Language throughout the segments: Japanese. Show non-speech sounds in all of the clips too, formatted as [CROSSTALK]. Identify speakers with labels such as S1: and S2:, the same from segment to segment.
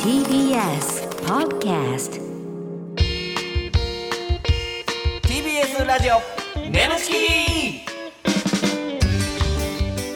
S1: TBS Podcast
S2: TBS ラジオネムチキ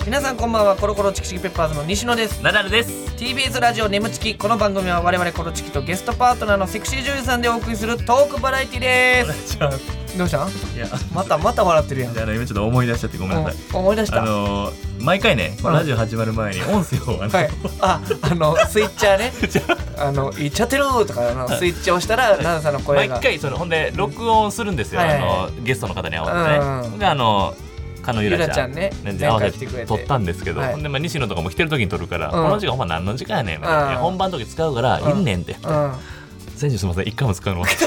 S2: 皆さんこんばんはコロコロチキチキペッパーズの西野です
S3: ナダルです。
S2: TBS ラジオネムチキこの番組は我々コロチキとゲストパートナーのセクシー女優さんでお送りするトークバラエティです
S3: じゃあ、
S2: どうしたん
S3: いや、
S2: またまた笑ってるやん
S3: じゃあ今ちょっと思い出しちゃってごめんなさい。
S2: お思い出し
S3: あ
S2: た、
S3: のー、毎回ね、まあ
S2: うん
S3: ラジオ始まる前に音声をあの、
S2: はい、あ、あのスイッチャーね [LAUGHS] あの「いっちゃってる!」とかあのスイッチ押したら奈々さんの声
S3: 毎
S2: が
S3: 回そのほんで録音するんですよ。
S2: はいはい
S3: あのゲストの方に合わせ
S2: うん
S3: てね。であのかのゆらちゃん
S2: ゆらちゃんね
S3: 合わせ
S2: 前回来てくれて
S3: て撮ったんですけど、
S2: はい
S3: ほんでまあ西野とかも来てる時に撮るから、
S2: ん
S3: この時間ほんま何の時間やねんみたい
S2: うん
S3: な。いや本番の時使うから
S2: うん
S3: いいねんって。選手すみません一回も使うの忘れて。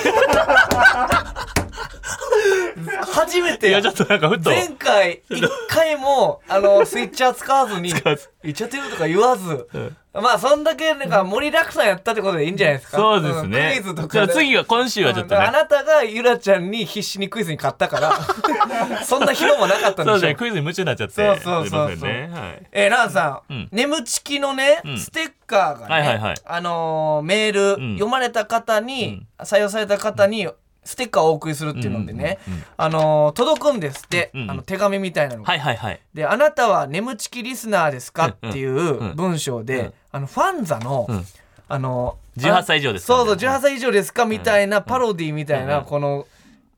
S2: うん、初めて
S3: いやちょっとなんかふっと。
S2: 前回一回もあのスイッチャー使わずに
S3: 使わず
S2: 「いっちゃってる」とか言わず
S3: うん
S2: まあそんだけなんか盛りだくさんやったってことでいいんじゃないですか
S3: そうですね。
S2: んクイズと
S3: じ
S2: か
S3: ゃあ
S2: で
S3: 次は今週はちょっと
S2: うんあ
S3: ね。
S2: なたがゆらちゃんに必死にクイズに勝ったから
S3: [LAUGHS]
S2: そんな広もなかったん
S3: そう
S2: でしょ
S3: ですね。クイズに夢中になっちゃって。
S2: そうそうそうそう
S3: すいませんね。はい。
S2: えー、ランさん、
S3: うん
S2: 眠ちきのね、
S3: うん
S2: ステッカーがね、
S3: はいはいはい
S2: あのーメール、
S3: うん
S2: 読まれた方に、採用された方に、ステッカーをお送りするっていうのでね、
S3: うんうんうん
S2: あのー届くんですって、
S3: うんうん
S2: あの手紙みたいなのが、
S3: はいはいはい。
S2: で「あなたは眠ちきリスナーですか?」っていううん文章で、
S3: うん
S2: あのファンザの、
S3: うん
S2: あの
S3: 18歳以上ですか
S2: そ
S3: ら
S2: う
S3: ね
S2: そう18歳以上ですかみたいなパロディみたいな、
S3: うん
S2: この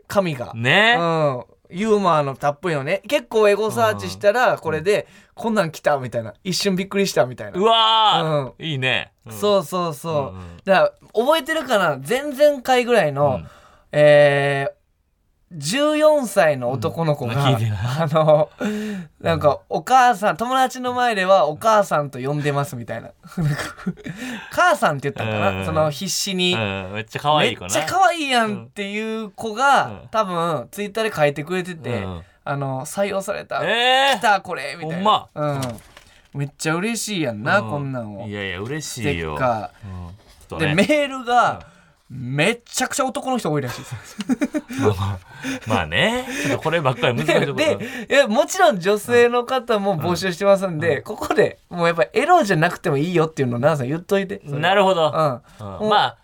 S2: 紙が、
S3: ね。
S2: うん、ユーモアのたっぷりのね結構エゴサーチしたらこれでこんなん来たみたいな一瞬びっくりしたみたいな
S3: うわー、いいね。う
S2: そうそうそう、
S3: うんうん
S2: だから覚えてるかな前々回ぐらいの、
S3: うん
S2: えー14歳の男の子が、
S3: うん聞いてない
S2: あのなんかお母さん友達の前ではお母さんと呼んでますみたいななんか母さんって言ったんかな、
S3: うん
S2: その必死に、
S3: ん。めっちゃ可愛い子
S2: めっ
S3: な。
S2: ちゃ可愛いやんっていう子が、
S3: うん
S2: 多分ツイッターで書いてくれてて、
S3: うん
S2: あの採用された、
S3: えー
S2: 来たこれみたいな
S3: ほ、
S2: うん、めっちゃ嬉しいやんな、
S3: う
S2: こんなんを
S3: いやいや、嬉しい
S2: でっ
S3: よ。
S2: か
S3: うんちょっと
S2: で
S3: ね
S2: メールがめっちゃくちゃ男の人多いらしいです
S3: まあまあ [LAUGHS] まあね。ちょっとこればっかり難しいところ。
S2: でいやもちろん女性の方も募集してますんで、ここでもうやっぱエロじゃなくてもいいよっていうのを奈々さん言っといて
S3: な
S2: る
S3: るほど。
S2: う
S3: うんんまあ、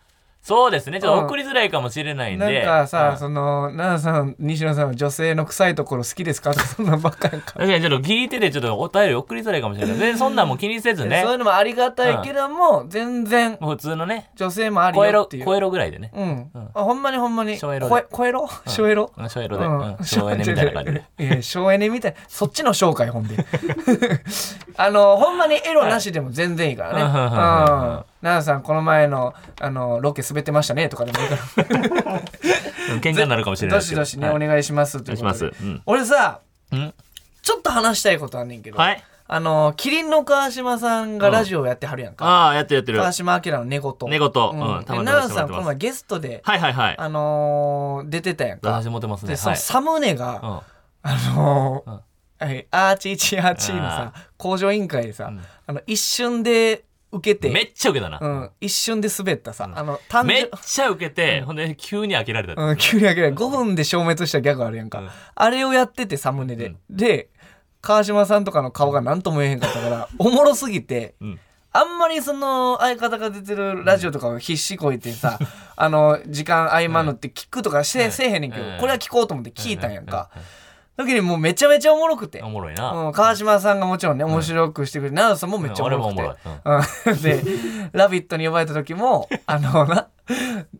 S3: そうですね。ちょっと送りづらいかもしれない
S2: うんん、なん
S3: で。
S2: かさ、
S3: うん
S2: その奈々さん西野さんは女性の臭いところ好きですか [LAUGHS] とかそんなんばっかりか、
S3: 確かにちょっと聞いてて、ちょっとお便り送りづらいかもしれない。全然そんなんも気にせずね
S2: そうい。うのもありがたいけども、全然
S3: もう普通のね、
S2: 女性もあり
S3: 超え
S2: よっ
S3: ろ
S2: ていう、
S3: 超えろぐらいでね。
S2: うん、
S3: うん
S2: あほんまにほんまに
S3: 省エロで
S2: 超え超えろ超えろ、
S3: うん省エロで。うん省エネみたいな感じ
S2: [LAUGHS]
S3: で。
S2: いや省エネみたいなそっちの紹介ほんで [LAUGHS] あのほんまにエロなしでも全然いいからね、
S3: はい
S2: うん
S3: はいはいはいはい
S2: 奈々さんこの前のあのロケ滑ってましたねとかでもいいから
S3: うん喧嘩になるかもしれな
S2: ど
S3: いです
S2: し
S3: けど。
S2: どしね、
S3: はい
S2: お願いしますということで
S3: お願いしますうん
S2: 俺さ
S3: うん
S2: ちょっと話したいことあんねんけど、
S3: はい。
S2: あのキリンの川島さんがラジオやってはるやんか、
S3: ああ、やってるやってる。
S2: 川
S3: はい
S2: 島明の寝言
S3: 寝言うん
S2: で
S3: たまに
S2: 奈々さん
S3: 出
S2: こ
S3: させてもらってます
S2: の前ゲストで、
S3: はいはい。
S2: あのー出てたやんか
S3: 私持てますね。
S2: でそ
S3: は
S2: の
S3: い。
S2: サムネが、
S3: うん
S2: あのー
S3: うん
S2: はいアーチーチーアーチーのさ工場委員会でさ、
S3: うん
S2: あの一瞬で受けて
S3: めっちゃ受けたな。
S2: うん、一瞬で滑ったさ、あの単
S3: め
S2: 純
S3: っ、ちゃ受けて、ほんで急に飽きられた。
S2: うん、急に上げない5分で消滅したギャグあるやんか、
S3: うん
S2: あれをやっててサムネで、で川島さんとかの顔が何とも言えへんかったからおもろすぎて
S3: うん
S2: あんまりその相方が出てるラジオとかを必死こいて
S3: [LAUGHS]
S2: さ、あの時間合間のって聞くとかして、せえへんねんけど、
S3: うん
S2: これは聞こうと思って聞いたんやんか、時にもうめちゃめちゃおもろくて
S3: お、もろいな。
S2: うん、川島さんがもちろんね面白くしてくれて奈良さんもめっちゃおもろくて、
S3: うん俺も
S2: うんで「ラビット!」に呼ばれた時
S3: [LAUGHS]
S2: もあのな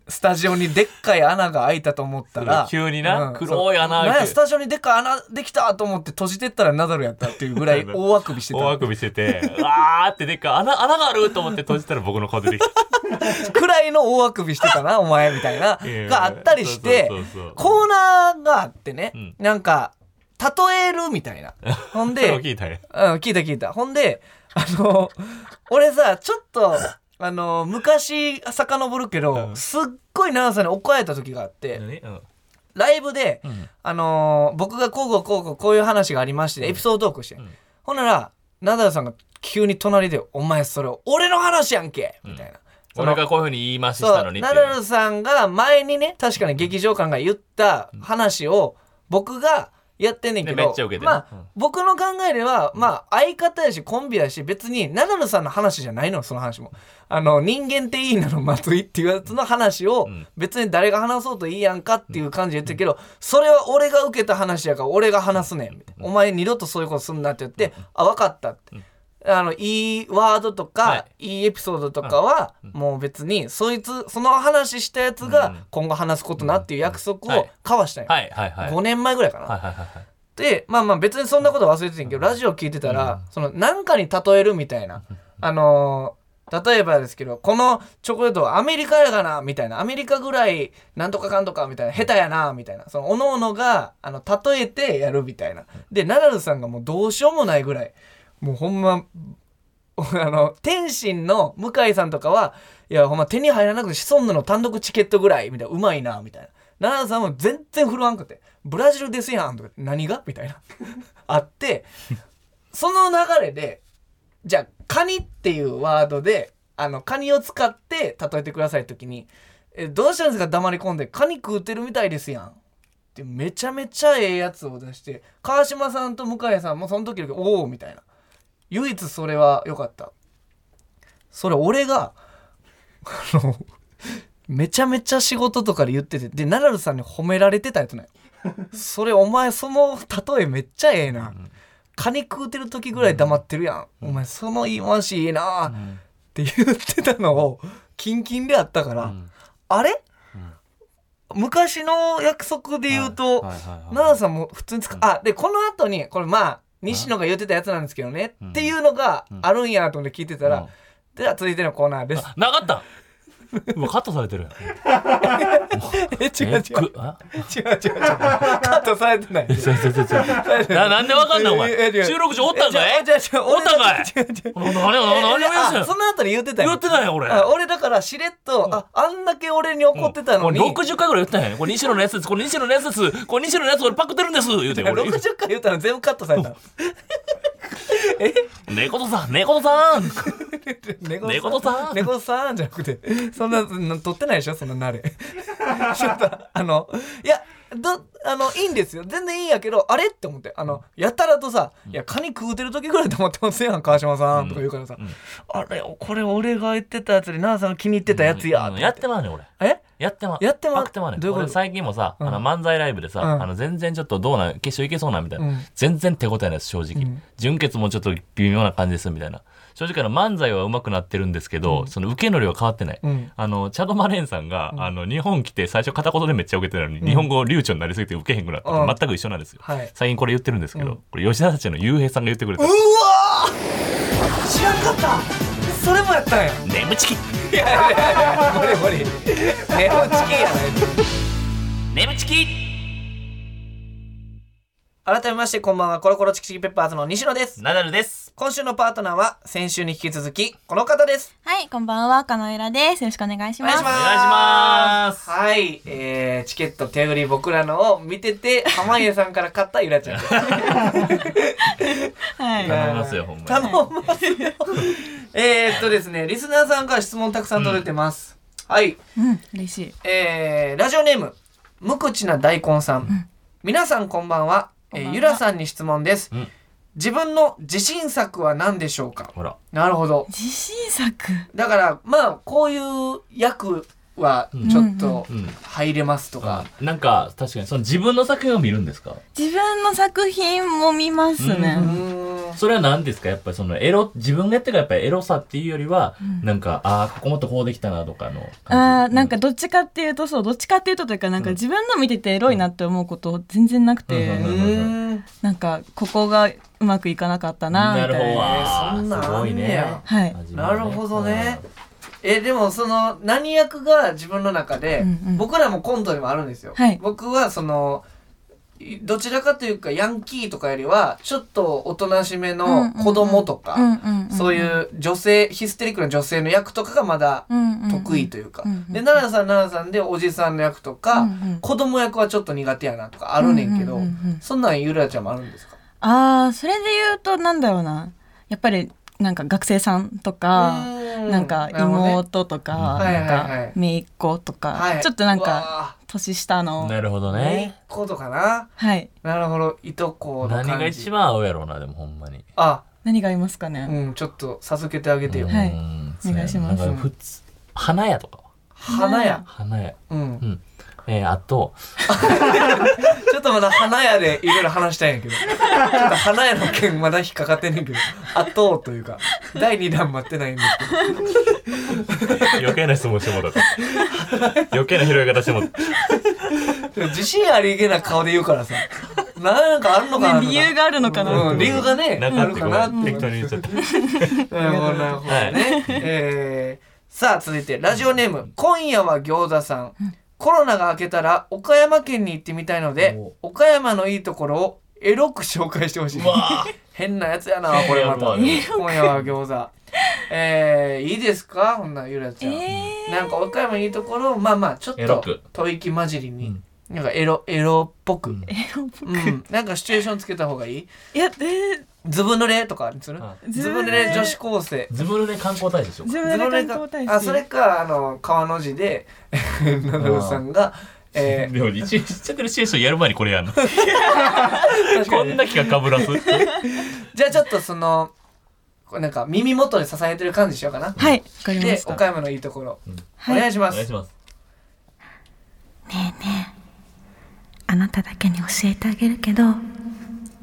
S2: スタジオにでっかい穴が開いたと思ったら
S3: 急にな
S2: うん
S3: 黒い穴開
S2: そう
S3: いて
S2: なんやスタジオにでっかい穴できたと思って閉じてったらナダルやったっていうぐらい大あくびして
S3: [LAUGHS] 大
S2: た
S3: あくびしてて、うわーってでっかい穴、穴があると思って閉じたら僕の顔出てきた。
S2: くらいの大あくびしてた
S3: [LAUGHS]
S2: なお前みたいな [LAUGHS] があったりして
S3: そうそうそうそう
S2: コーナーがあってね、
S3: うん
S2: なんか例えるみたいなほん
S3: [LAUGHS]
S2: で
S3: それを聞いたんや
S2: うん、聞いた聞いた。ほんで、あの、俺さ、ちょっと、あの、昔遡るけど、
S3: うん
S2: すっごい長さんに怒られた時があって、
S3: 何うん
S2: ライブで、
S3: うん
S2: あの、僕がこうこうこうこうこういう話がありまして、エピソードトークして。
S3: うん
S2: ほんなら、ナダルさんが急に隣で、お前それ俺の話やんけみたいな。その
S3: 俺がこういうふうに言い回しし
S2: そ
S3: たの
S2: う
S3: にって
S2: ナ
S3: いう。
S2: ダルさんが前にね確かに劇場官が言った話を僕がやってんねんけど
S3: でめっちゃ受けてる
S2: まあ
S3: うん
S2: 僕の考えでは、まあ、相方やしコンビやし別にナダルさんの話じゃないのその話もあの人間っていいなの松井っていうやつの話を
S3: うん
S2: 別に誰が話そうといいやんかっていう感じで言ってるけどそれは俺が受けた話やから俺が話すねんみたいなお前二度とそういうことすんなって言ってあ分かったって。あのいいワードとか、、
S3: はい
S2: いエピソードとかは、もう別にそいつその話したやつ
S3: うん
S2: が今後話すことなっていう約束
S3: は
S2: を
S3: い
S2: 交わしたんよ、
S3: はいはいはい。
S2: 5年前ぐらいかな、
S3: はいはいはいはい。
S2: でまあまあ別にそんなこと忘れててんけどラジオ聞いてたら、その何かに例えるみたいなあのー例えばですけどこのチョコレートはアメリカやがなみたいなアメリカぐらいなんとかかんとかみたいな下手やなみたいなそのおののがあの例えてやるみたいなでナダルさんがもうどうしようもないぐらいもうほんま [LAUGHS] あの天心の向井さんとかはいやほんま手に入らなくてシソンヌの単独チケットぐらいみたいなうまいなみたいな奈良さんも全然振るわんくて「ブラジルですやん」とか「何が?」みたいな [LAUGHS] あってその流れでじゃあ「カニ」っていうワードであのカニを使って例えてください時に「えどうしたんですか黙り込んでカニ食うてるみたいですやん」ってめちゃめちゃええやつを出して川島さんと向井さんもその時々「おお」みたいな唯一それは良かったそれ俺があのめちゃめちゃ仕事とかで言っててでナダルさんに褒められてたやつなんよそれお前その例えめっちゃええな、カニ食うてる時ぐらい黙ってるやん、お前その言い回しいいな、って言ってたのをキンキンであったから、
S3: うん
S2: あれ、昔の約束で言うと、
S3: はいはいはいはい
S2: 奈良さんも普通に使う、あでこの後にこれまあ西野が言ってたやつなんですけどね、っていうのがあるんやと思って聞いてたら、
S3: うん
S2: では続いてのコーナーです
S3: なかったうわ、カットされてるやん。
S2: [LAUGHS] え [LAUGHS] 違う違う
S3: えくあ
S2: 違う違う違うカットされ
S3: [LAUGHS]
S2: てない
S3: そうそうそうそうななんでわかんないお
S2: え
S3: 前
S2: え違う
S3: 収録中おったんか
S2: 違う違う
S3: い
S2: 違う
S3: おったんかい
S2: 違う違う
S3: 何何何をやる
S2: あ
S3: んす
S2: その後に言ってたよ
S3: 言ってないよ俺
S2: あ俺だからしれっとああんだけ俺に怒ってたのに、
S3: これ60回ぐらい言ってないこれ西野のやつですこれ西野のやつですこれ西野のやつ俺パクってるんです言
S2: [LAUGHS]
S3: うて俺
S2: 60回言ったら全部カットされたえ
S3: 猫とさん猫とさん
S2: 猫
S3: 猫とさん
S2: 猫さんじゃなくてそんなな撮ってないでしょそんな慣れ [LAUGHS] ちょっとあのいやどあのいいんですよ全然いいんやけどあれって思ってあのやたらとさ「いやカニ食うてる時ぐらいと思ってますやん川島さん」とか言うからさ「あれこれ俺が言ってたやつで奈々さんが気に入ってたやつや」
S3: うん
S2: と
S3: や
S2: か
S3: ってまうねん俺
S2: 言ってえ
S3: やってまう
S2: やってまう
S3: パクってまうねん
S2: どういうこと
S3: 俺最近もさあの漫才ライブでさ
S2: ん
S3: あの全然ちょっとどうなん決勝いけそうなみたい
S2: うん
S3: な全然手応えないです正直純潔もちょっと微妙な感じですみたいな正直あの漫才は上手くなってるんですけどその受けの量は変わってない
S2: うん
S3: あのチャド・マレーンさんがあの日本来て最初片言でめっちゃ受けてたのに日本語流暢になりすぎて受けへんくなった
S2: うん
S3: と全く一緒なんですよ
S2: はい
S3: 最近これ言ってるんですけどこれ吉田たちの雄平さんが言ってくれた
S2: うわー知らんかったそれもや
S3: [LAUGHS]
S2: ったんや
S3: 「眠ちき
S2: いやいやいや無理無理ネオチキンやない
S3: 眠ちき!」
S2: 改めましてこんばんはコロコロチキチキペッパーズの西野です
S3: ナダルです
S2: 今週のパートナーは先週に引き続きこの方です
S4: はい、こんばんは、かのえらです。よろしくお願いしま
S3: お願い
S4: す。
S3: します
S2: はい、えー、チケット手売り僕らのを見て
S3: [LAUGHS]
S2: て濱家さんから買ったゆらちゃん
S4: はい。
S3: 頼みますよほんまに
S2: 頼みますよえーっとですねリスナーさんから質問たくさん届いてます、はい
S4: うん、嬉しい。
S2: えーラジオネーム無口な大根さん、皆さんこんばんはえ
S4: こん
S2: ー
S4: ばんは
S2: ゆらさんに質問です、
S3: うん
S2: 自分の自信作は何でしょうか
S3: ほら
S2: なるほど
S4: 自信作。
S2: だからまあこういう役はちょっと
S3: うん
S2: 入れますとか、
S3: なんか確かにその自分の作品を見るんですか
S4: 自分の作品も見ます
S2: う
S4: ね。
S2: ーん
S3: それは何ですかやっぱりそのエロ自分がやってるからやっぱりエロさっていうよりは、なんかああここもっとこうできたなとかの
S4: あ
S3: 感
S4: ー
S3: じ
S4: なんかどっちかっていうとそうどっちかっていうとというかなんか自分の見ててエロいなって思うこと全然なくて、
S3: うんうん
S2: うーん
S4: なんかここがうまくいかなかったなみ
S3: な
S4: た
S3: るほ
S4: い
S3: ど
S4: な
S3: あー
S2: そんなん
S3: すごい
S2: あんね
S3: ね
S2: や
S4: はい
S3: 味も
S2: なるほどねえでもその何役が自分の中で、
S4: うんうん
S2: 僕らもコントでもあるんですよ、
S4: はい
S2: 僕はそのいどちらかというかヤンキーとかよりはちょっとおとなしめの子供とか、
S4: うんうんうん
S2: そういう女性ヒステリックな女性の役とかがまだ得意というか、
S4: うんうん
S2: で奈良さん奈良さんでおじさんの役とか、
S4: うんうん
S2: 子供役はちょっと苦手やなとかあるねんけど、
S4: うんうんうんうん
S2: そんなんゆらちゃんもあるんですか
S4: ああそれで言うとなんだろうなやっぱり
S5: なんか学生さんとか、
S2: うん
S5: なんか
S2: なるほどね
S5: 妹とか、
S2: はいはいはい
S5: なんか姪っ子とか、
S2: はい
S5: ちょっとなん
S2: う
S5: か
S2: わ
S5: 年下の、
S3: なるほど
S2: ー姪っ
S3: ね。
S2: 子とかな
S5: はい、
S2: なるほどいとこの感じ
S3: 何が一番合うやろうな、でもほんまに。
S2: あ
S5: 何がいますかね、
S2: うんちょっと授けてあげてよ、
S3: う
S5: はい
S3: ん
S5: お願いします
S3: なんか普通花屋とか。
S2: 花屋
S3: 花屋。
S2: うん
S3: うん。えー、あと、
S2: ちょっとまだ花屋でいろいろ話したいんやけどちょっと花屋の件まだ引っかかってんねんけどあとうというか第2弾待ってないんですけど
S3: 余計な質問してもらった。余計な拾い方してもらった。
S2: 自信ありげな顔で言うからさなんかあんのかなとか、
S5: ね理由があるのかな、
S2: うん理由がね
S3: なか
S2: あ
S3: っ
S2: る
S3: た
S2: か [LAUGHS]
S3: ご
S2: な
S3: め
S2: って
S3: ん適当に言っちゃった。
S2: なるほどなるほどね、えーさあ続いてラジオネーム「今夜は餃子さん」コロナが明けたら岡山県に行ってみたいので岡山のいいところをエロく紹介してほしい [LAUGHS] 変なやつやなこれまた
S3: いや
S2: 今夜は餃子えー、いいですかこんなんゆらちゃん、
S5: えー、
S2: なんか岡山のいいところをまあまあちょっ
S3: エロ
S2: と
S3: く
S2: 吐息混じりに、なんかエロエロっぽく、うん
S5: えー
S2: なんかシチュエーションつけた方がいい
S5: い [LAUGHS] や、えー、
S2: ズブ濡れとかにする
S3: あ
S2: ズブ濡れ女子高生
S3: 自分のね、観光大使でしょうか。
S5: 自
S2: ズ
S5: 分
S2: ボ
S5: の
S2: レ
S5: 観
S2: が
S5: 光大使
S2: あそれかあの川の字でナダルさんが、え
S3: でも、一応知っちゃってるシチュエーションやる前にこれ [LAUGHS] やんの。
S2: ー、
S3: こんな企画かぶらす。
S2: じゃあちょっとそのこうなんか耳元で支えてる感じしようかな。
S5: はい、わかりま
S2: で
S5: した。
S2: 岡山のいいところ、
S5: はい
S2: お願いしま
S3: お [LAUGHS] 願いし
S2: す。
S3: ます。
S4: ねえねえあなただけに教えてあげるけど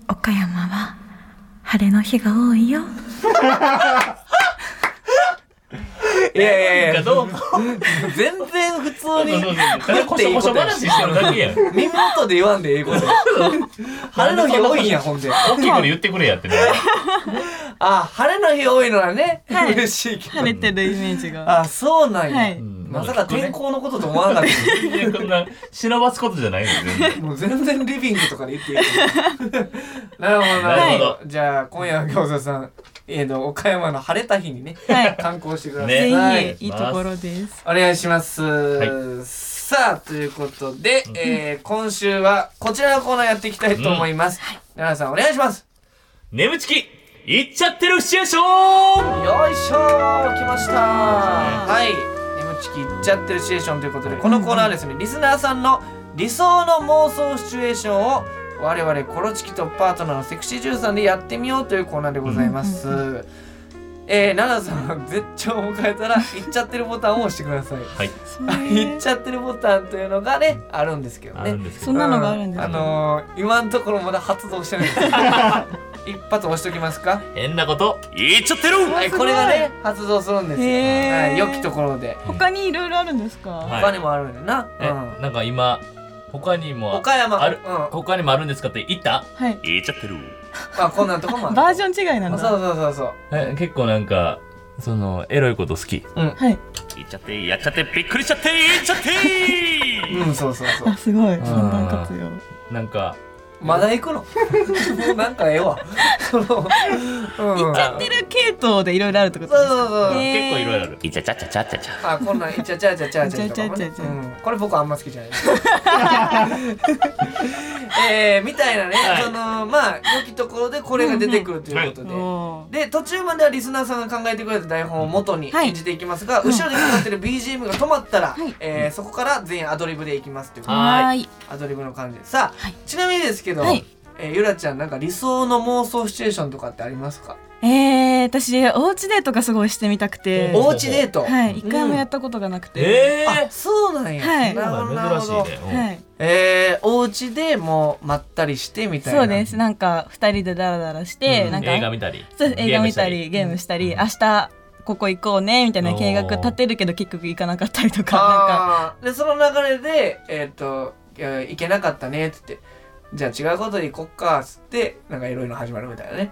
S4: 岡山は晴れの日が多いよ
S2: いやいやい
S3: か
S2: や
S3: どうか。
S2: 全然普通
S3: そうそうそう
S2: に
S3: ただこしょこしょ話してるだけやん。
S2: 耳元で言わんでええこと。晴れの日多いんやほんで。
S3: 大きい声で言ってくれやってね。
S2: あ晴れの日多いのはね、
S5: はい
S2: 嬉しいけど。
S5: 晴れてるイメージが。
S2: あそうなんや。
S5: はい
S3: うん
S2: まさか天候のことと思わなかった。
S3: いやこんな忍ばすことじゃないよ全然。
S2: もう全然リビングとかで言っていいと思うなるほどな
S3: な
S2: る
S3: る
S2: ほ
S3: ほ
S2: ど、
S3: ど
S2: じゃあ今夜は餃子さん、えー、の岡山の晴れた日にね
S5: はい。
S2: 観光してください、
S3: ね
S5: ぜひ、いいところです。
S2: お願いします、
S3: い
S2: さあということで、えー今週はこちらのコーナーやっていきたいと思います、奈良さんお願いします
S3: 眠ちき、行っちゃってるシチュエーション
S2: よいしょー来ましたはい「M チキいっちゃってるシチュエーション」ということでこのコーナーはですねリスナーさんの理想の妄想シチュエーションを我々コロチキとパートナーのセクシージュンさんでやってみようというコーナーでございます、えー、奈良さんは絶頂を迎えたら「いっちゃってる」ボタンを押してください
S3: はい。
S2: 「いっちゃってる」ボタンというのがねあるんですけど
S3: あ
S2: ね
S3: るんですけ
S5: そ
S3: ど
S5: ん。なのがあるんです
S2: あ
S5: ね
S2: のー、今のところまだ発動してないんですけど一発押しときますか
S3: 変なこと、言っちゃってる
S2: はい、これがね発動するんですよ、
S5: へー
S2: はい、良きところで
S5: 他にいろいろあるんですか。
S3: はい
S2: 他にもあるんだよな、
S3: え、なんか今、他に
S2: う
S3: も
S2: ん、、岡山
S3: ある
S2: うんま
S3: 他にもあるんですかって言った
S5: はい。
S3: 言っちゃってる。
S2: あこんなんとこもある
S5: バージョン違いなん
S2: あそう
S5: だ。
S2: そうそうそう
S3: え、結構なんか、その、エロいこと好き。
S5: はい。
S3: 言っちゃって、やっちゃって、びっくりしちゃって、言っちゃって
S2: うんそうそうそう
S5: あ、すごい。簡単活用。
S3: [LAUGHS] なんか、
S2: まだ行くのもうなんかええわその行
S5: 行っちゃってる系統でいろいろあるってこと
S2: そ
S5: で
S2: う
S5: すか。
S2: そうそう、
S5: へー
S3: 結構いろいろある。いちゃちゃちゃちゃちゃちゃ。
S2: あこんなんいっちゃちゃちゃちゃちゃとかもね
S5: いっちゃちゃちゃちゃ
S2: うんこれ僕あんま好きじゃないえー、みたいなね、
S3: はい
S2: そのまあ良きところでこれが出てくるということで、
S5: おー
S2: で途中まではリスナーさんが考えてくれた台本を元に
S5: はい
S2: 演じていきますが、後ろでかかってる BGM が止まったら、えーそこから全員アドリブでいきますということで
S3: はーい。
S2: アドリブの感じでさあ、
S5: はい
S2: ちなみにですけど、
S5: はい
S2: えーゆらちゃんなんか理想の妄想シチュエーションとかってありますか、
S5: えー、私、おうちデートがすごいしてみたくて。
S2: おうちデート、
S5: はい。一回もやったことがなくて。
S3: え
S2: あ
S3: ー
S2: そうなんや、
S5: はい
S2: なるほどなる
S3: 珍
S2: ほ
S3: し
S2: ど、
S3: いね。
S5: はい。
S2: えー、お家でもうまったりしてみたいな
S5: そうです。なんか、二人でダラダラして、なんか、
S3: 映画見たり。
S5: そうです映画見たり
S3: ゲ
S5: ゲ
S3: ー
S5: ー
S3: ム
S5: ム
S3: し
S5: したり、明日ここ行こうねみたいな計画
S3: おー
S5: 立てるけど結局行かなかったりとかなんか
S2: あーでその流れで「えーっといやいけなかったね」っつって「じゃあ違うことで行こっか」っつってなんかいろいろ始まるみたいなね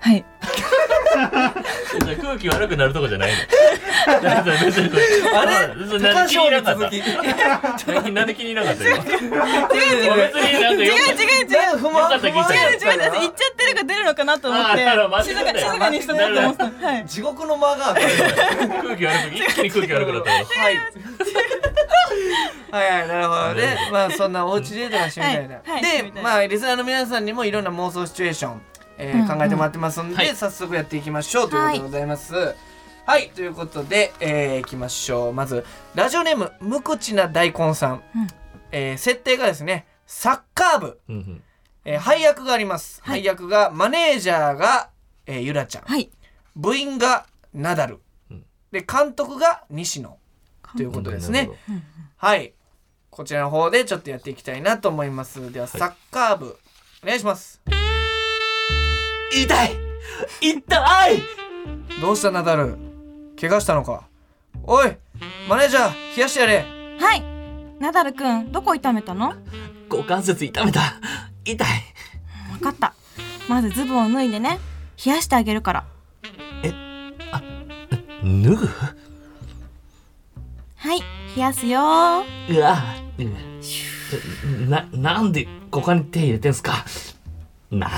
S5: はい
S3: じゃあ空気悪くなるとこじゃないの。別に
S2: あれ
S3: 別になんで気に入らなかっ [LAUGHS]
S2: き違う
S3: た。なんで気に入らなかった今。別
S2: 違
S3: に
S2: う
S3: なんかよ
S5: 違う違う違う違う違う
S2: 全部不満
S3: よかった聞いたよ
S5: 違う私行っちゃってるか出るのかなと思っ
S3: あーなるほど待
S5: て静
S3: ってく
S5: か
S3: れ
S5: 静かにしてなと思ってたはい
S2: 地獄の間がはい
S3: 空気悪く一気に空気悪
S2: [LAUGHS]
S3: くなったよ。
S2: はいはいなるほどねまあそんなおうちデートがしてみたいな、
S5: はいはいしてみ
S2: で
S5: たい
S2: まあリスナーの皆さんにもいろんな妄想シチュエーションえー考えてもらってますんで、
S3: はい
S2: 早速やっていきましょうということでございます。はい、ということで、えーいきましょう。まず、ラジオネーム、無口な大根さん。
S4: うん
S2: えー設定がですね、サッカー部、
S3: うんうん
S2: えー配役があります。
S4: はい
S2: 配役が、マネージャーが、えーゆらちゃん。
S4: はい。
S2: 部員がナダル、
S3: うん
S2: で監督が西野ということですね。はいこちらの方でちょっとやっていきたいなと思いますではサッカー部、お願いします痛い痛いどうしたナダル怪我したのかおいマネージャー冷やしてやれ
S4: はい。ナダルくん、どこ痛めたの
S3: 股関節痛めた痛い
S4: わかった。まずズボンを脱いでね。冷やしてあげるから。
S3: 脱ぐ
S4: はい。冷やすよー。
S3: うわななんで股間に手入れてんすかな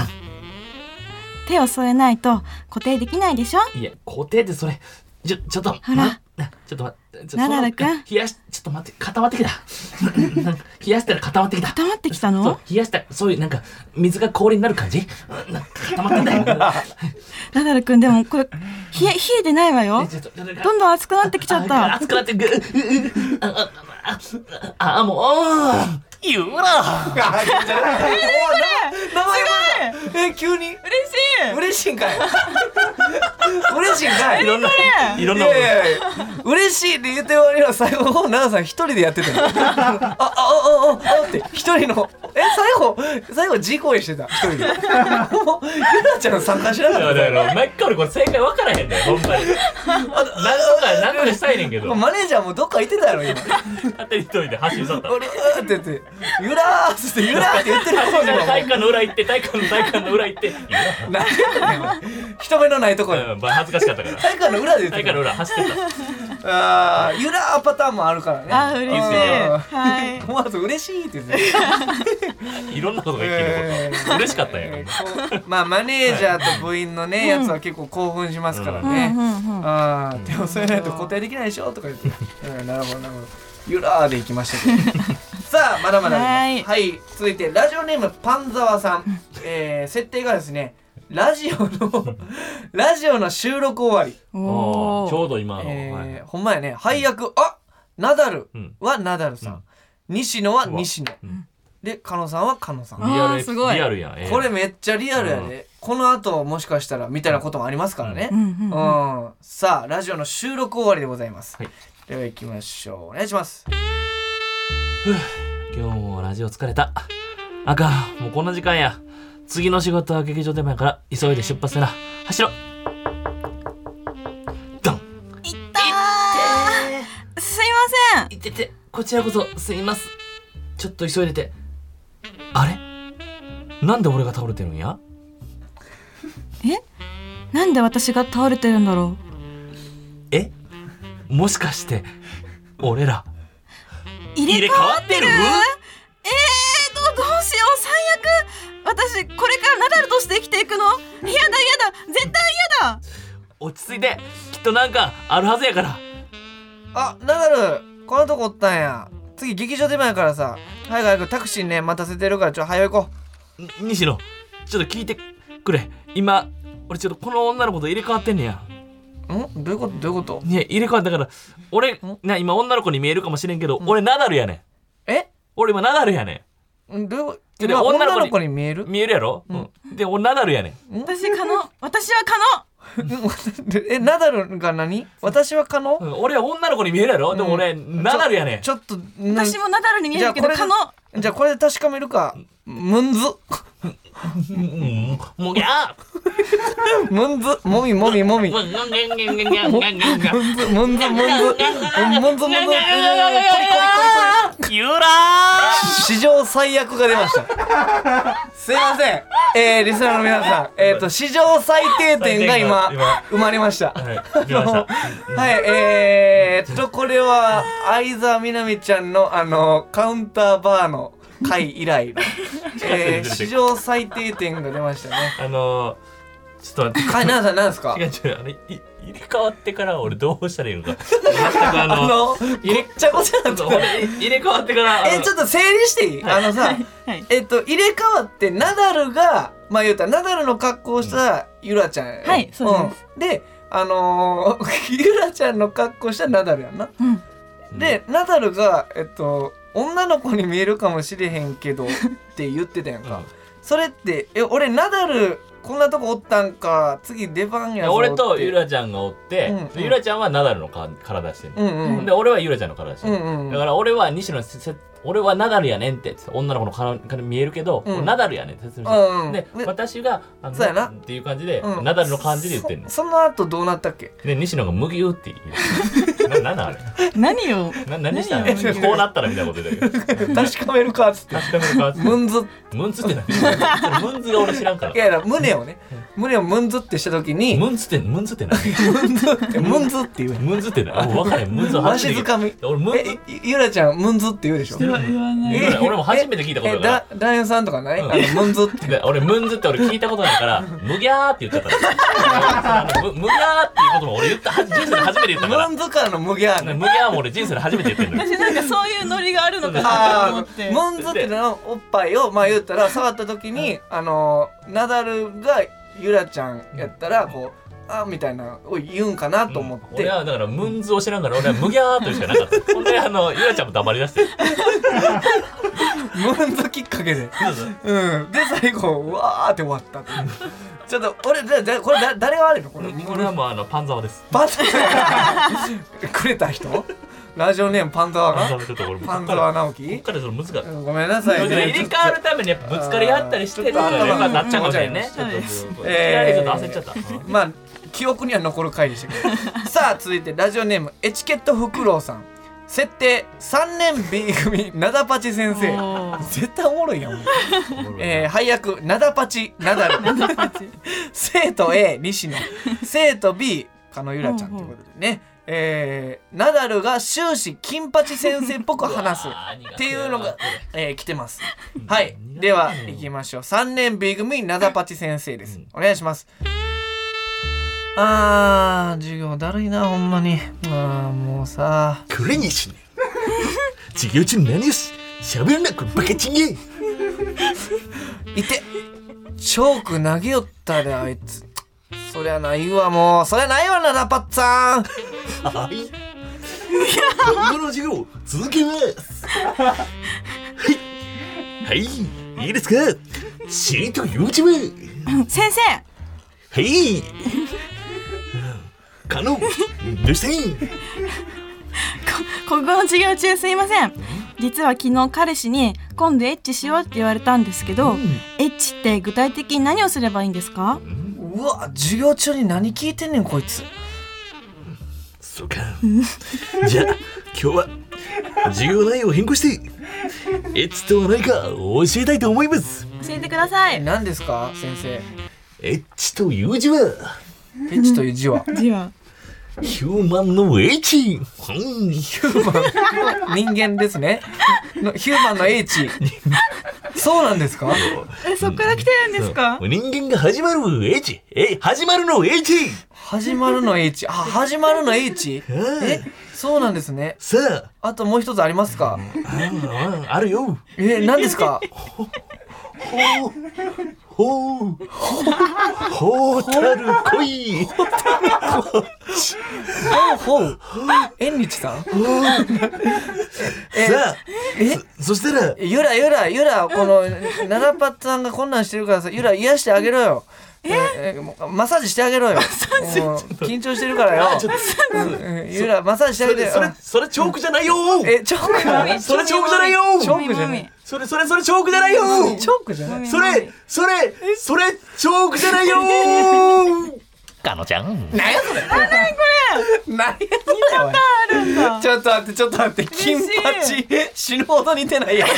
S4: 手を添えないと固定できないでしょ
S3: いや固定でそれちょちょっと
S4: ほら
S3: なちょっと待ってちょ
S4: ナダル
S3: その
S4: 君
S3: 冷やしちょっと待って固まってきたなんか冷やしたら固まってきた
S4: 固まってきたの
S3: そう冷やしたそういうなんか水が氷になる感じうんなんか固まってんだよ
S4: ナダルくんでもこれ冷 [LAUGHS] え冷えてないわよ
S3: ちょっとなんか
S4: どんどん熱くなってきちゃった
S3: 熱くなってくるああああもう
S2: 言うなえ急に
S4: 嬉しい
S2: 嬉しいんかい嬉しいんかい
S3: いろんないろん
S2: い
S3: なも
S2: や
S3: の
S2: いやいや嬉しいって言って終わりの最後の方奈々さん一人でやってたよああああああって一人のえ最後最後事故にしてた一人でもうゆなちゃん参加しなか
S3: いや
S2: っ
S3: だから毎回俺これ正解分からへんねんほんまに何とか何とかしたいねんけ
S2: た
S3: ど
S2: もうマネージャーもどっか行ってたやろ今
S3: 勝手に一人で走り去った
S2: 俺うーって言って「ゆらー」っつって「ゆらー」って言ってるやろ今も
S3: 体育館の裏行って体育館の体育館の裏行っていや
S2: なんやねん人目のないとこ
S3: う
S2: ろ
S3: んまあ恥ずかしかったから体
S2: 体育館の裏で言っ
S3: 育
S2: て
S3: 館
S2: た
S3: の裏走ってた
S2: あーゆらーパターンもあるからね
S4: あ嬉しい
S2: うん
S4: はい
S2: 思わず嬉しいって言ってた
S3: いろんなことが生き
S2: え
S3: ること
S2: ー
S3: 嬉しかったんや
S2: えーこ [LAUGHS] うまあマネージャーと部員のね、やつは結構興奮しますからね、
S4: うんうんうん
S2: ああでもそれないと固定できないでしょとか言って、うん、なるほどなるほどゆらーでいきましたけどさあまだまだありますはい続いてラジオネームパンザワさん、えー、設定がですねラジオの [LAUGHS] ラジオの収録終わり、
S3: おーちょ
S4: お
S3: うど今の
S2: えー
S3: はい
S2: ほんまやね配役あナダル
S3: うん
S2: はナダルさん、西野は西野、
S3: うん
S2: で加野さんは加野さん
S4: あー
S3: リアル
S4: すごい
S3: リアルやんえー
S2: これめっちゃリアルやで、この後もしかしたらみたいなこともありますからね、
S4: うんうんうん
S2: うんさあラジオの収録終わりでございます、
S3: はい
S2: では行きましょうお願いします
S3: 今日もラジオ疲れたあかんもうこんな時間や次の仕事は劇場出前から急いで出発せな走ろうドン
S4: いったーすいません
S3: いててこちらこそすいますちょっと急いでてあれなんで俺が倒れてるんや
S4: なんで私が倒れてるんだろ
S3: えもしかして俺ら
S4: う入れ替わってる
S3: 入れ替わ
S4: えーどどうしよう最悪私これからナダルとして生きていくのやだやだ絶対やだ
S3: 落ち着いてきっとなんかあるはずやから
S2: あナダルこのとこおったんや次劇場出前からさ早く早くタクシーね待たせてるからちょ早行こ
S3: に西野ちょっと聞いてくれ今俺ちょっとこの女の子と入れ替わってんねや
S2: うんどういうことどういうこと
S3: ね入れ替わったから俺な今女の子に見えるかもしれんけど、俺ナダルやねん
S2: え
S3: 俺今ナダルやね
S2: んどういうこ
S3: け
S2: と
S3: ど
S2: 今
S3: 女の子に
S2: 女の子に見える [LAUGHS]
S3: ん見えるやろ、うん、で俺ナダルやねん
S4: 私可能私は可能
S2: うんえナダルが何私は可能、
S3: うん俺は女の子に見えるやろ、でも俺ナダルやねん
S2: ちょっとな
S4: 私もナダルに見えるけど
S2: じゃ
S4: 可
S2: あ
S4: 能
S2: これでじゃあこれで確かめるかむんず
S3: うんもうギャー
S2: むんずもみもみもみ
S3: も
S2: むん
S3: うギャンギャンギャンギャンギャンギャンギャンギャンギャン
S2: ずむんずむんずむんずむんず
S3: ゆら
S2: 史上最悪が出ましたすいませんえー、リスナーの皆さんえっ、と史上最低点が今生まれました
S3: ーはい、
S2: あ
S3: 来ました
S2: の [LAUGHS] はいえー、っとこれは相沢みなみちゃんのあのカウンターバーの回以来
S3: [LAUGHS]
S2: の、えー、史上最低点が出ましたね
S3: あのー、ちょっと待って
S2: はい奈々さん何ですか
S3: 違う違うあのい入れ替わってから俺どうしたらいいのか全くあ
S2: あ
S3: の
S2: の、めっちゃごちゃになってた。
S3: 俺入れ替わってからあの
S2: え、ちょっと整理していいあのさ、
S4: はい
S2: えっと、入れ替わって、ナダルが、まあ言うたらナダルの格好をしたゆらちゃんやろ、、
S4: はいそうです
S2: であのー [LAUGHS] ゆらちゃんの格好したナダルやんな、
S4: うん
S2: でナダルがえっと女の子に見えるかもしれへん
S4: [LAUGHS]
S2: けどって言ってたやんか、
S3: うん
S2: それってえ俺ナダルこんなとこおったんか次出番やぞって
S3: 俺とゆらちゃんがおって、
S2: うん
S3: でゆらちゃんはナダルのか体してる、
S2: うんうん
S3: [LAUGHS] で俺はゆらちゃんの体してる、
S2: うんうん
S3: だから俺は西野にせせ俺はナダルやねんって女の子の体から見えるけど、
S2: うん
S3: 俺ナダルやねんって説明して、
S2: うんうん
S3: で
S2: で
S3: 私があの
S2: そうやな
S3: っていう感じで、
S2: うん
S3: ナダルの感じで言ってんの
S2: そその後どうなったっけ
S3: で西野が「麦打って言う [LAUGHS] ななんだあ
S4: 何を
S3: れな何したの
S4: 何
S2: を
S3: こうなったらみたいなこと言ってるけど
S2: 確かめるかっつって
S3: 確かめる感じ
S2: ムンズい
S3: ムンツって何ムンツが俺知らんから
S2: やいや胸をね胸をムンズってした時に
S3: ムンツってムンツって何
S2: ムンズってムンズって言う
S3: ムンズってな、俺分からへん、ムンズ
S2: わ
S3: [LAUGHS] 初
S2: し
S3: め
S2: づ
S3: て
S2: か
S3: 聞
S2: み
S3: いた。俺、ムン
S2: えゆゆらちゃんムンズって言うでしょ
S3: ズえ俺も初めて聞いたこと
S2: え
S3: だか
S2: だダイアンさんとかない、
S3: うん
S2: あのムンズっ
S3: [LAUGHS]
S2: て
S3: ら。で俺、ムンズって俺聞いたことないから、むぎゃーって言っちゃった [LAUGHS] から。むむぎゃーっていうことも俺言った、は人生で初めて言ったか
S2: ム
S3: ら。
S2: ンズからの無ギャーね
S3: むぎゃーも俺人生で初めて言って
S5: [LAUGHS]
S3: んのよ。
S4: 私なんかそういうノリがあるのかなと思
S2: あ
S4: って
S2: ームンズっていうのはおっぱいをまあ言ったら触った時にあのナダルがゆらちゃんやったらこうあーみたいなおい言うんかなと思って、
S3: 俺はだからムンズを知らんから俺はむぎゃーというしかなかったほんであのゆらちゃんも黙り出して
S2: ムンズきっかけでうんで最後うわーって終わったっていうちょっと俺だだこれだ誰が悪いのこれ
S3: 俺はもうあのパンザワです
S2: パンザ [LAUGHS] くれた人ラジオネームパンザワ
S3: パンザ
S2: が
S3: ワちょっと俺も
S2: パン
S3: こ
S2: ザ
S3: っから
S2: ワ
S3: こ
S2: 直樹
S3: っからその難しい
S2: うんごめんなさい
S3: 入
S2: ね
S3: れ替わるためにやっぱぶつかり合ったりしてるからやっぱなっちゃうかもしれんねちょっとちょっと焦っちゃった
S2: まあ記憶には残る回でしたけ
S3: [LAUGHS]
S2: どさあ続いてラジオネームエチケットフクロウさん設定3年 B 組なだぱち先
S4: お
S2: 生
S4: ー
S2: 絶対おもろいやんもう、えー、配役なだぱちなだる [LAUGHS] 生徒 A 西野生徒 B 加野ゆらちゃんということでねえー、ナダルが終始金八先生っぽく話すっていうのが、えー、来てますはいでは行きましょう3年 B 組なだぱち先生ですお願いしますあー授業だるいなほんまにあーもうさ
S6: これにしね。授業中何をし、喋るな、これバカチンゲ。
S2: いてチョーク投げよったであいつそりゃないわもうそりゃないわなだぱっツさん
S6: はい。今後の授業、続けます。はい。はい。いいですかシート YouTube。
S4: 先生
S6: はい。カノン、どうして
S4: 国語の授業中すいません実は昨日彼氏に「今度エッチしよう」って言われたんですけど、エッチって具体的に何をすればいいんですか
S2: うわ授業中に何聞いてんねんこいつ
S6: そうか。じゃあ、今日は、授業内容を変更して、エッチとは何か教えたいと思います。
S4: 教えてくださ
S2: え
S4: い
S2: 何ですか先生
S6: エッチという字は、
S2: エッチという字は [LAUGHS]
S4: じゃ
S6: ヒューマンのエッチ。うん
S2: 人間ですねのヒューマンの英知そうなんですか
S4: えそっから来てるんですか
S6: 人間が始まるエッチ。え、始まるのエッチ。
S2: 始まるの H あ始まるの H
S6: うん
S2: えそうなんですね
S6: さ
S2: あともう一つありますか
S6: あ、あああるよ。
S2: え何ですか
S6: ほう。ほうたる恋。
S2: ほう縁日さんえ
S6: さあ、
S2: え
S6: そしたら、
S2: ゆらゆらゆらこのナナパッさんがこんなんしてるからさゆら癒してあげろよええもうマッサージしてあげろよもう緊張してるからよ
S6: ちょっと、
S2: うんゆらマッサージしてあ
S6: そ
S2: げて
S6: れ、
S2: よ
S6: それ、それチョークじゃないよ。
S2: えチョーク
S6: それチョークじゃないよ。
S2: チョークじゃない
S4: い
S6: それ、それ、それチョークじゃないよ。
S2: [LAUGHS] チョークじゃない
S6: それ、それ、それチョークじゃないよ。
S3: かのちゃん
S2: 何やそれ何これ何やそれちょっと待ってちょっと待って金八死ぬほど似てないやんは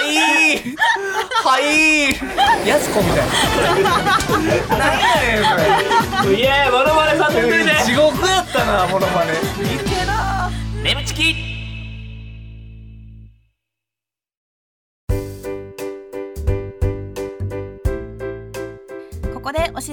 S2: いはいやすこみたいな [LAUGHS] 何やねんそれ
S3: いやーモノマネさせてくれて
S2: 地獄やったなモノマネ
S3: ネムチキ
S4: ここでお知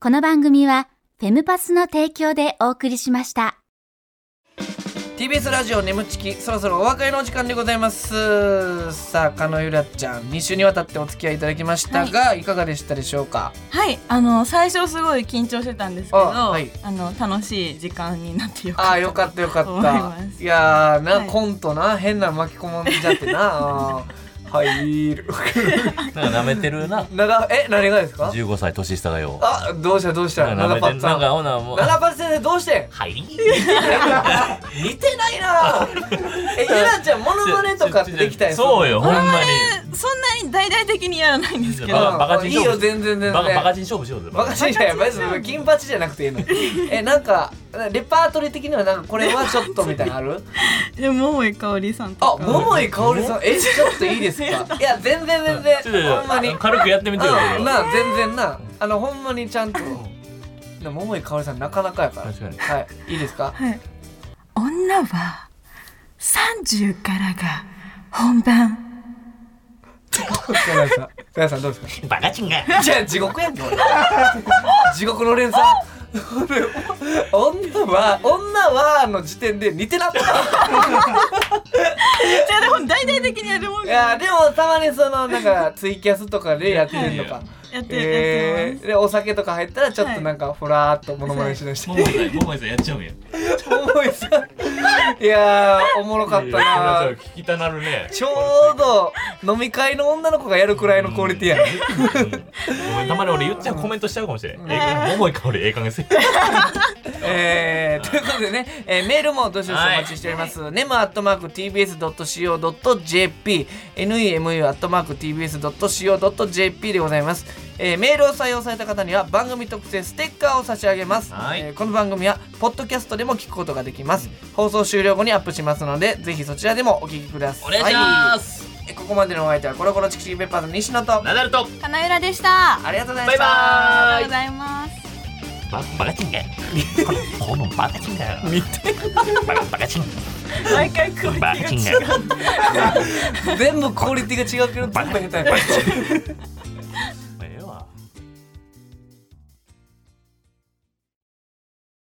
S1: この番組はフェムパスの提供でお送りしました。
S2: TBS ラジオ眠ちきそろそろお別れのお時間でございますさあ加納ゆらちゃん2週にわたってお付き合いいただきましたが、い、かがでしたでしょうか
S4: はいあの最初すごい緊張してたんですけど
S2: あ
S4: あ、
S2: はい
S4: の楽しい時間になってよかっ
S2: あ
S4: た
S2: あよかったよか
S4: 思いま
S2: っ
S4: す
S2: たいやーな、
S4: はい
S2: コントな変なの巻き込んじゃって
S4: [LAUGHS]
S2: なあー入る [LAUGHS]
S3: なんか舐めてるな。
S2: 長え何がですか
S3: 15歳年下がよ。
S2: あどうしたどうした
S3: なん
S2: 長
S3: か舐め
S2: パ
S3: て
S2: ン
S3: る
S2: さ
S3: なんんかほなもう。
S2: 長パン先生どうして
S3: はい。
S2: ん似てないな
S3: [LAUGHS]
S2: えゆらちゃんモノマネとかってできたりする
S3: そうよ、ほんま
S4: そんなに大々的にやらないんですけ
S2: うん
S4: ど
S3: バカチン
S2: いいよ全然全
S3: に。
S2: 然
S3: バカバカチン勝負しようぜ。
S2: バカじゃない別に金八じゃなくていい [LAUGHS] のえなんかレパートリー的にはなんかこれはちょっとみたいなのある
S4: で桃井かおりさんと
S2: あ
S4: か
S2: 桃井かおりさんえちょっといいですかいや全然全
S3: ちょっとちょ
S2: 然
S3: っと
S2: ほんまにうん
S3: 軽くやってみてよ。俺は
S2: な全然なあのほんまにちゃんとでも桃井かおりさんなかなかやから
S3: 確かに
S2: はいいいですか
S7: 女は30からが本番
S2: 寺井さん寺井さんどうですか
S3: バカチンが。
S2: じゃあ地獄やんけ俺 [LAUGHS] 地獄の連鎖 [LAUGHS] 俺女は女はの時点で似てなかった
S4: じゃあでも大々的にやるもん
S2: い
S4: や
S2: やでもたまにそのなんかツイキャスとかでやってるとか
S4: ってやって
S2: え
S4: ます
S2: ー、でお酒とか入ったらちょっとなんかふらーっとモノマネしだして、
S3: ももさん、ももさんやっちゃうんや。
S2: 思いさ [LAUGHS] いやーおもろかったな
S3: 聞きたなるね。
S2: ちょうど飲み会の女の子がやるくらいのクオリティやね
S3: ごめん、たまに俺言っちゃうコメントしちゃうかもしれん。ええ加減桃井かおり、ええ加減せえ。
S2: えーということでね、えーメールもどしどしお待ちしております。ネムアットマーク TBS.CO.JP、NEMU アットマーク TBS.CO.JP でございます、えーメールを採用された方には番組特製ステッカーを差し上げます。
S3: はい
S2: えーこの番組は、ポッドキャストでも聞くことができます。放送終了後にアップしますので、ぜひそちらでもお聞きください。。
S3: お願いしますす。
S2: ここまでのお相手は、コロコロチキチキペッパーズの西野と、
S3: ナダルと。
S4: 金浦でしたあ
S2: ありがとうございま
S3: バ
S2: した。
S3: イバー
S4: りがとうご
S3: イ。
S4: ざいます
S3: ババカチンが。ここのバカチンが。見て。バカバカチン。
S4: 毎回クオリテ
S3: バカチンが。
S2: 全部クオリティが違うけど、全部下手やった。